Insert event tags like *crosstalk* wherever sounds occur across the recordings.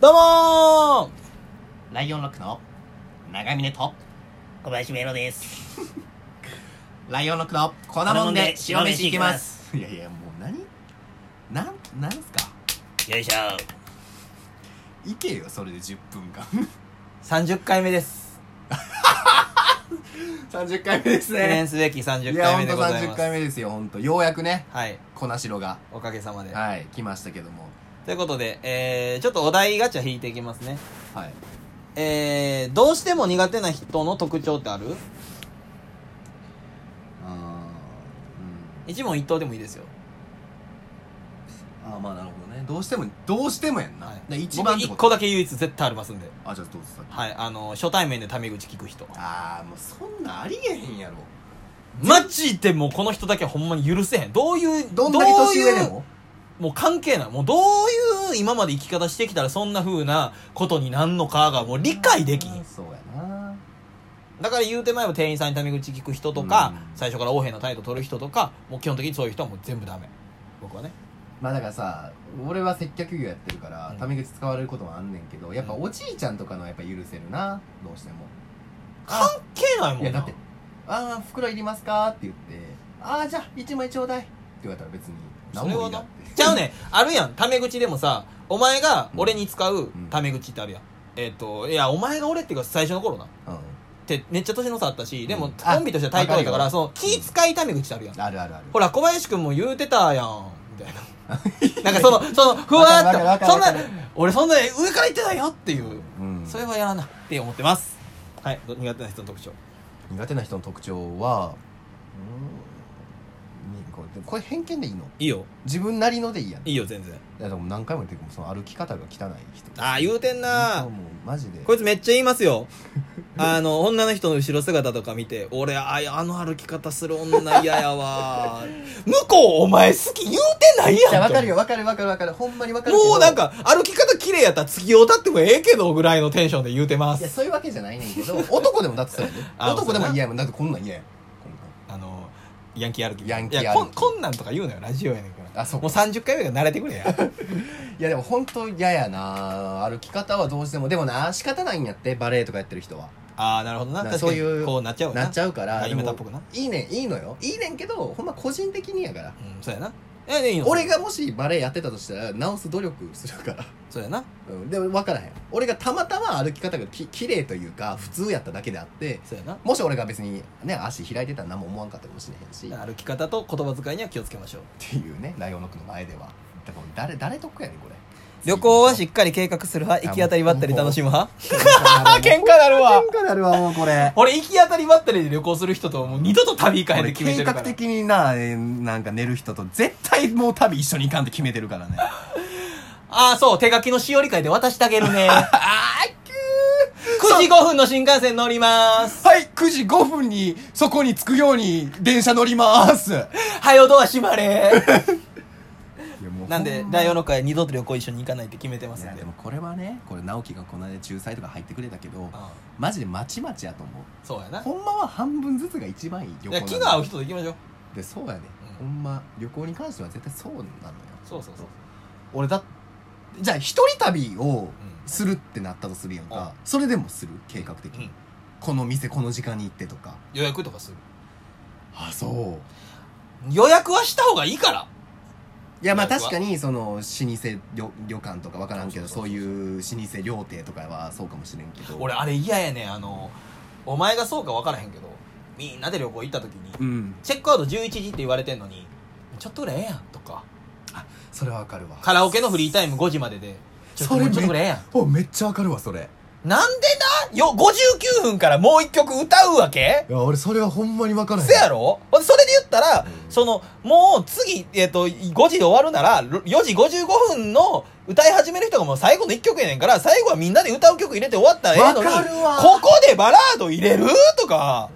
どうもライオンロックの長峰と小林メロです。 *laughs* ライオンロックの粉もんで白飯いきますいやいやもう何なんなんすかよいしょ。いけよそれで10分間 *laughs* !30 回目です。 30回目です記念ねすべき30いや回ほ目んでとございま30す。回目ですよほんとようやくねはい。粉白がおかげさまで。はい来ましたけどもということで、えー、ちょっとお題ガチャ引いていきますね。はいえー、どうしても苦手な人の特徴ってあるあー一問一答でもいいですよ。うんあーまあなるほどねどうしてもどうしてもやんな、はいで一番っ僕て一こ個とだけ唯一絶対ありますんで。あじゃあどうぞ先はい。あの、初対面でタメ口聞く人。ああもうそんなんありえへんやろマジでもうこの人だけはほんまに許せへん。どういう、どんだけ年上でどういうももう関係ない。もうどういう今まで生き方してきたらそんな風なことになんのかがもう理解できひん。そうやなだから言うてまえば店員さんにタメ口聞く人とか、うん最初から横柄な態度取る人とか、もう基本的にそういう人はもう全部ダメ。僕はね。まあだからさ俺は接客業やってるから、うんタメ口使われることもあんねんけどやっぱうんおじいちゃんとかのはやっぱ許せるなどうしても関係ないもんいな。やだって「ああ袋いりますか?」って言って「ああじゃあ1枚ちょうだい」って言われたら別にそ何れもいはいなっなて。ちゃうねん。あるやん。タメ口でもさ、お前が俺に使ううんタメ口ってあるやん。えっ、と、いや、お前が俺っていうか最初の頃な。っうんてめっちゃ年の差あったし、でうもんあコンビとして対等だかわかるよら、その気使いタメ口ってあるやん。あるあるあるほら、小林くんも言うてたやん、みた *laughs* いな。なんかその、その、ふわわかるわーっかと、そるんなわかる、俺そんな上から言ってないよっていう、うんそれはやらなって思ってます。はい、ど苦手な人の特徴。苦手な人の特徴はうんにこれこれ偏見でいいのいいよ、自分なりのでいいやんいいいよ、全然。やでも何回も言ってるけどその歩き方が汚い人ああ、言うてんなほんともうマジでこいつめっちゃ言いますよ。 *laughs* あの、女の人の後ろ姿とか見て、俺、ああの歩き方する女嫌や *laughs* わ。向こうお前好き言うてないやんいやわかるよわかるわかるわかるほんまにわかるけどもうなんか、歩き方綺麗やったら月きたってもええけどぐらいのテンションで言うてまいす。や、そういうわけじゃないねんけど、男でもだってそうやで。 *laughs* あ男でそうやもな嫌やもん。だってこんなん嫌やん。あの、ヤンキー歩き。ヤンキー歩きいやこんこんなんとか言うのよ、ラジオやねんから。あそうもう30回目が慣れてくれ *laughs* や。いや、でも本当嫌やな歩き方はどうしても。でもな、仕方ないんやって、バレエとかやってる人は。ああ、なるほどな。な確そかういうに、こうなっちゃうよな。なっちゃうから。あでも夢田っぽくないいねん、いいのよ。いいねんけど、ほんま個人的にやから。うん、そうやな。え、でいいの俺。がもしバレエやってたとしたら、直す努力するから。そうやな。うん。でも分からへん。俺がたまたま歩き方がき綺麗というか、普通やっただけであって、そうやな。もし俺が別にね、足開いてたら何も思わんかったかもしれへんし。歩き方と言葉遣いには気をつけましょう。っていうねライオンの句の前ではだから誰誰得やねんこれ旅行はしっかり計画する派、行き当たりばったり楽しむ派。*laughs* あ喧嘩なるわ。嘩なるわもうこれ俺、行き当たりばったりで旅行する人ともう二度と旅行かへんって俺決めて計るか画ら。的になえーなんか寝る人と絶対もう旅一緒に行かんって決めてるか *laughs* らねああ、そう、手書きのしおり会で渡してあげる *laughs* ね。あーきゅ9時5分の新幹線乗り *laughs* ます。ーはい9時5分にそこに着くように電車乗りますいやはよドア閉まれ。 *laughs* もうなんで、ライオンの会二度と旅行一緒に行かないって決めてまいすやんでで。もこれはねこれ直樹がこの間仲裁とか入ってくれたけどあマジでまちまちやと思うあそうやな。ほんまは半分ずつが一番いいい旅行なや、んだ気が合う人と行きましょう。でそうやね、うんほんま旅行に関しては絶対そうなのよそうそうそう。俺だじゃあ一人旅をするってなったとするやんか、それでもする計画的に、うんこの店この時間に行ってとか予約とかする。あそう予約はした方がいいから。いやまあなんか確かにその老舗旅旅館とかわからんけどそそうそううそうそういう老舗料亭とかはそうかもしれんけど俺、あれ嫌やねん。あの、お前がそうか分からへんけど、みんなで旅行行った時に、うんチェックアウト11時って言われてんのに、ちょっとぐらいええやんとか、それはわかるわカラオケのフリータイム5時までで、ちょっとそれもうめちょっとぐらいええやん。おめっちゃわかるわそれなんでなよ、59分からもう一曲歌うわけいや俺それはほんまにわからへんせやろほんでそれで言ったら、うんその、もう次、えっ、と、5時で終わるなら、ろ4時55分の歌い始める人がもう最後の1曲やねんから、最後はみんなで歌う曲入れて終わったらええのに、わかるわここでバラード入れるとか、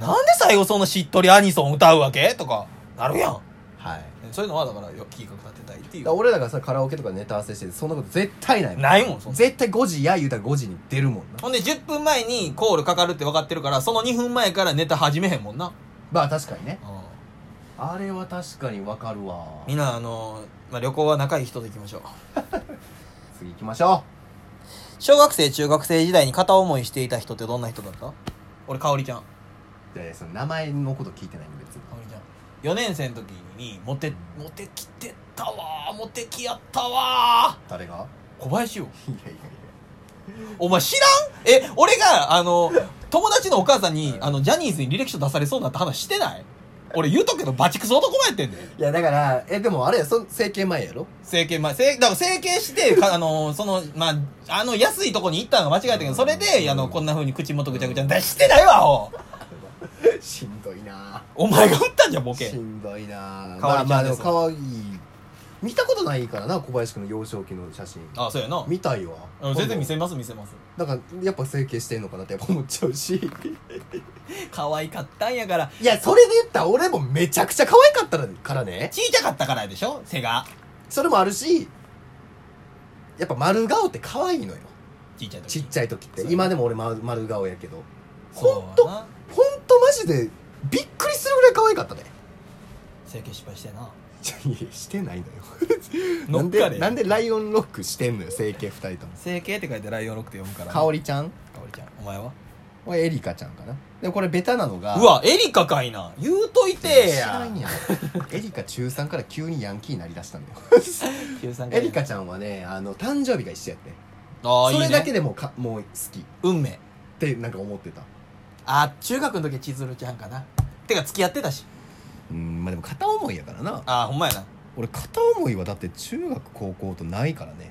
なんで最後そんなしっとりアニソン歌うわけとか、なるやん。はいそういうのはだから、よ、企画立てたいっていだからう。俺らがさカラオケとかネタ合わせしててそんなこと絶対ないもんないもんそんな絶対5時や言うたら5時に出るもんなほんで、10分前にコールかかるって分かってるから、その2分前からネタ始めへんもんな。まあ確かにねうんあれは確かにわかるわみんな、あのまあ、旅行は仲いい人と行きましょう。次行きましょ小学生中学生時代に片思いしていた人ってどんな人だった俺かおりちゃんかういやいやその名前のこと聞いてないんで別におりちゃん4年生の時にモテモテきてたわーモテきやったわ誰が *laughs* ー小林よいやいやいやお前知らんえ俺があの友達のお母さんにあのジャニーズに履歴書出されそうになった話してない俺言うとくけどバチクソ男前やってんでいやだからえでもあれやそ整形前やろ *laughs* 整形前整だから整形してかあのそのまああの安いとこに行ったのが間違えたけどそれであのこんな風に口元ぐちゃぐちゃに出してないわアホしんどいなお前が打ったんじゃんボケしんどいなかわいいまあまあちゃんででもすかわいい見たことないからな小林君の幼少期の写真あそうやな見たいわうん全然見せます見せますなんかやっぱ整形してんのかなってやっぱ思っちゃうし可愛かったんやからいやそれで言ったら俺もめちゃくちゃ可愛かったからねちいちゃかったからでしょ背がそれもあるしやっぱ丸顔って可愛いのよちいちゃい時ちっちゃい時ってそう今でも俺丸丸顔やけどそうほんとやなほんとマジでびっくりするぐらい可愛かったね整形失敗してないやしてないのよな乗んっでかなれんでライオンロックしてんのよ整形2人とも整形って書いてライオンロックって読むからかおりちゃんかおりちゃんお前ははエリカちゃんかなでもこれベタなのがうわエリカかいな言うといて知らやんやんエリカ中3から急にヤンキーになりだしたんだよ13回エリカちゃんはねあの誕生日が一緒やってああいいそねれだけでもかもう好きっ運命てなんか思ってたあ中学の時は千鶴ちゃんかなてか付き合ってたしうんまあでも片思いやからなああほんまやな俺片思いはだって中学高校とないからね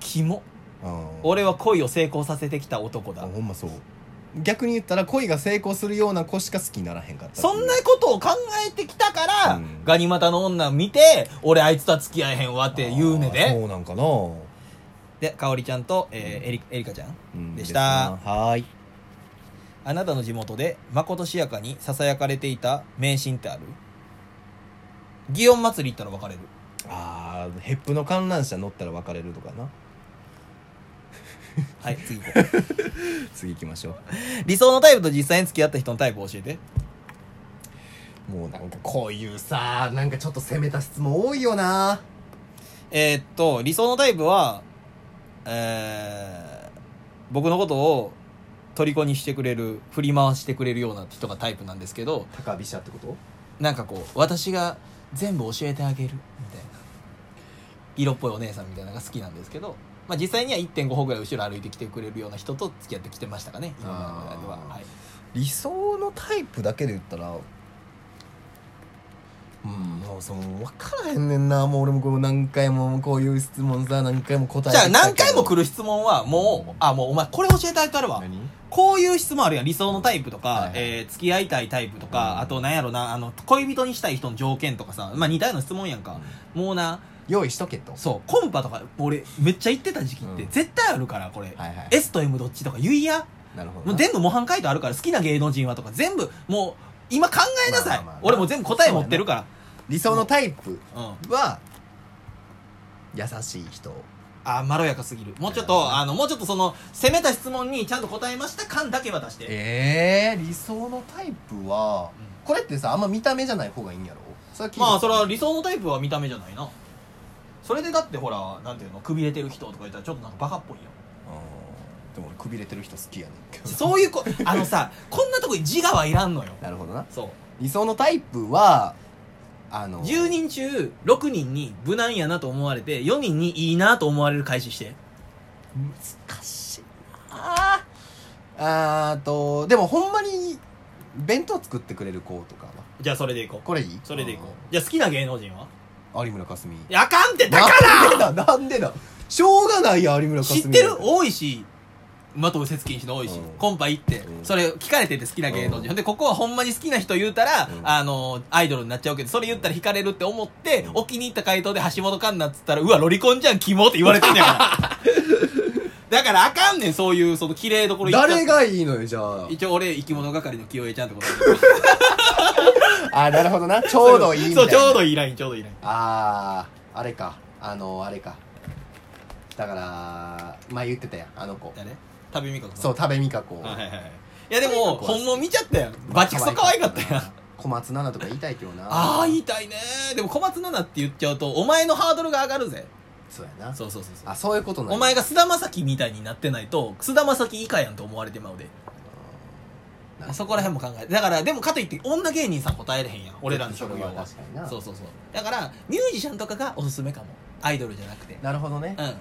キモうん俺は恋を成功させてきた男あだほんまそう逆に言ったら恋が成功するような子しか好きにならへんかったそんなことを考えてきたから、うんガニ股の女見て俺あいつとは付き合えへんわって言うねあーでそうなんかな、でかおりちゃんと、えーエリエリカちゃんうんでしたですなはーいあなたの地元でまことしやかにささやかれていた迷信ってある祇園祭り行ったら別れるああヘップの観覧車乗ったら別れるとかなはい次行こう次行きましょ理想のタイプと実際に付き合った人のタイプを教えてうもうなんかこういうさなんかちょっと攻めた質問多いよなえーっと理想のタイプはえー、僕のことを虜にしてくれる振り回してくれるような人がタイプなんですけど高飛車ってことなんかこう私が全部教えてあげるみたいな色っぽいお姉さんみたいなのが好きなんですけど、まあ、実際には1.5歩ぐらい後ろ歩いてきてくれるような人と付き合ってきてましたかね今の中では、あーはい、理想のタイプだけで言ったらうんもうその分からへんねんなもう俺もこう何回もこういう質問さ何回も答えじゃあ何回も来るる質問はもうあもうお前これ教えてあげたるわ何こういう質問あるやん理想のタイプとか、はいはいえー付き合いたいタイプとか、うんあとなんやろなあの恋人にしたい人の条件とかさ、まあ、似たような質問やんか、もうな用意しとけとそうコンパとか俺めっちゃ言ってた時期って、うん絶対あるからこれ、はいはい S と M どっちとか言いやなるほどもうな全部模範解答あるから好きな芸能人はとか全部もう今考えなさい、まあまあまあ俺もう全部答え持ってるか理想のタイプらうんは優しい人あーまろやかすぎるもうちょっとなるほどあのもうちょっとその攻めた質問にちゃんと答えました感だけは出してえー、理想のタイプは、うこれってさあんま見た目じゃない方がいいんやろそれは聞いたまあそれは理想のタイプは見た目じゃないなそれでだってほらなんていうのくびれてる人とか言ったらちょっとなんかバカっぽいようんでも俺くびれてる人好きやねんけ *laughs* どそういうこあのさこんなとこに自我はいらんのよなるほどなそ理想のタイプはあうの10人中6人に無難やなと思われて4人にいいなと思われる開始して難しいなあーとでもほんまに弁当作ってくれる子とかはじゃあそれでいこうこれいいそれでいこうじゃあ好きな芸能人はうん有村架純いやあかんってだかなんでだなんでだしょうがないや有村ら架純知ってる多いし的を接近しの多いし、うんコンパ行って、うんそれ聞かれてて好きな芸能人、うんほんでここはほんまに好きな人言うたら、うんあのアイドルになっちゃうけどそれ言ったら惹かれるって思って、うんお気に入った回答で橋本環奈っつったらうわロリコンじゃんキモって言われてんねん *laughs* からだからあかんねんそういうその綺麗どころ言っちゃ誰がいいのよじゃあ一応俺生き物係の清江ちゃんってことあーなるほど *laughs* なちちょうどいいみたそいうなちょうどいいラインちょうどいいラインあああれかあのあれかだから前言ってたやんあの子誰旅味覚そうう多部未華子はいはいはいいやでも可愛い本物見ちゃったやんバチクソ可愛かったやん小松菜奈とか言いたいけどなああ言いたいねでも小松菜奈って言っちゃうとお前のハードルが上がるぜそうやなそうそうそうそうあそういうことなんやお前が菅田将暉みたいになってないと菅田将暉以下やんと思われてまうでなるほどそこら辺も考えてだからでもかといって女芸人さん答えれへんやん俺らの職業それは確かになそうそうそうだからミュージシャンとかがおすすめかもアイドルじゃなくてなるほどねうん、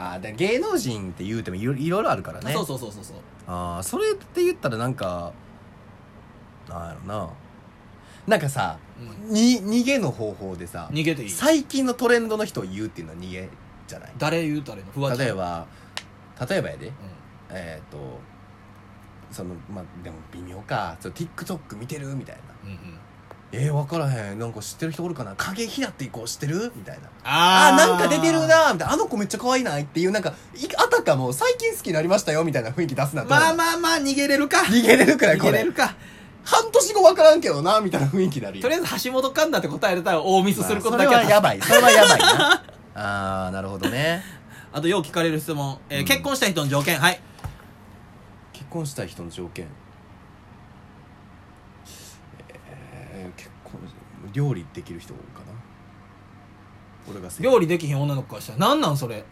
あーで芸能人って言うてもいろいろいろあるからねそうそうそうそうそうああそれって言ったらなんかなんやろななんかさ、うに逃げの方法でさ逃げていい最近のトレンドの人を言うっていうのは逃げじゃない誰言うたらいいの不安例えば例えばやでうえっ、とそのまあでも微妙かちょ TikTok 見てるみたいなんうんうんえー、分からへんなんか知ってる人おるかな影ひなっていこう知ってるみたいなああーーなんか出てるなーみたいなあの子めっちゃ可愛いないっていうなんかいあたかも最近好きになりましたよみたいな雰囲気出すなとまあまあまあ逃げれるか逃げれるくらいこれ逃げれるか半年後分からんけどなみたいな雰囲気になるよとりあえず橋本環奈って答えれたら大ミスすることだけまあそれはやはばいそれはやばいなあーなるほどねあとよう聞かれる質問、えーうん結婚した人の条件はい結婚したい人の条件えー、結婚料理できる人かな俺が好き料理できひん女の子からしたらなんなんそれ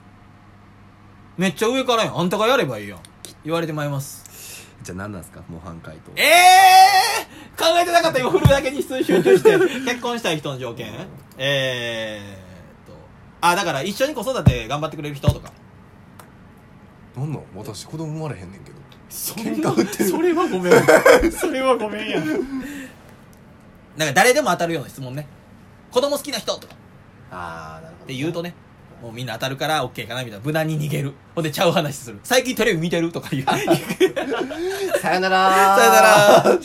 めっちゃ上からやんあんたがやればいいやん言われてまいりますじゃあ何なんですか模範解答ええー、考えてなかった今振るだけに質問集中して *laughs* 結婚したい人の条件えーっとあだから一緒に子育て頑張ってくれる人とかなんなん私子供生まれへんねんけどそ喧嘩売っ *laughs* て *laughs* るそれはごめ *laughs* んそれはごめんやなんか誰でも当たるような質問ね子供好きな人とかああなるほって言うとねもうみんな当たるから OK かなみたいな無難に逃げるほんでちゃう話する最近テレビ見てるとか言う *laughs* さよさよならなら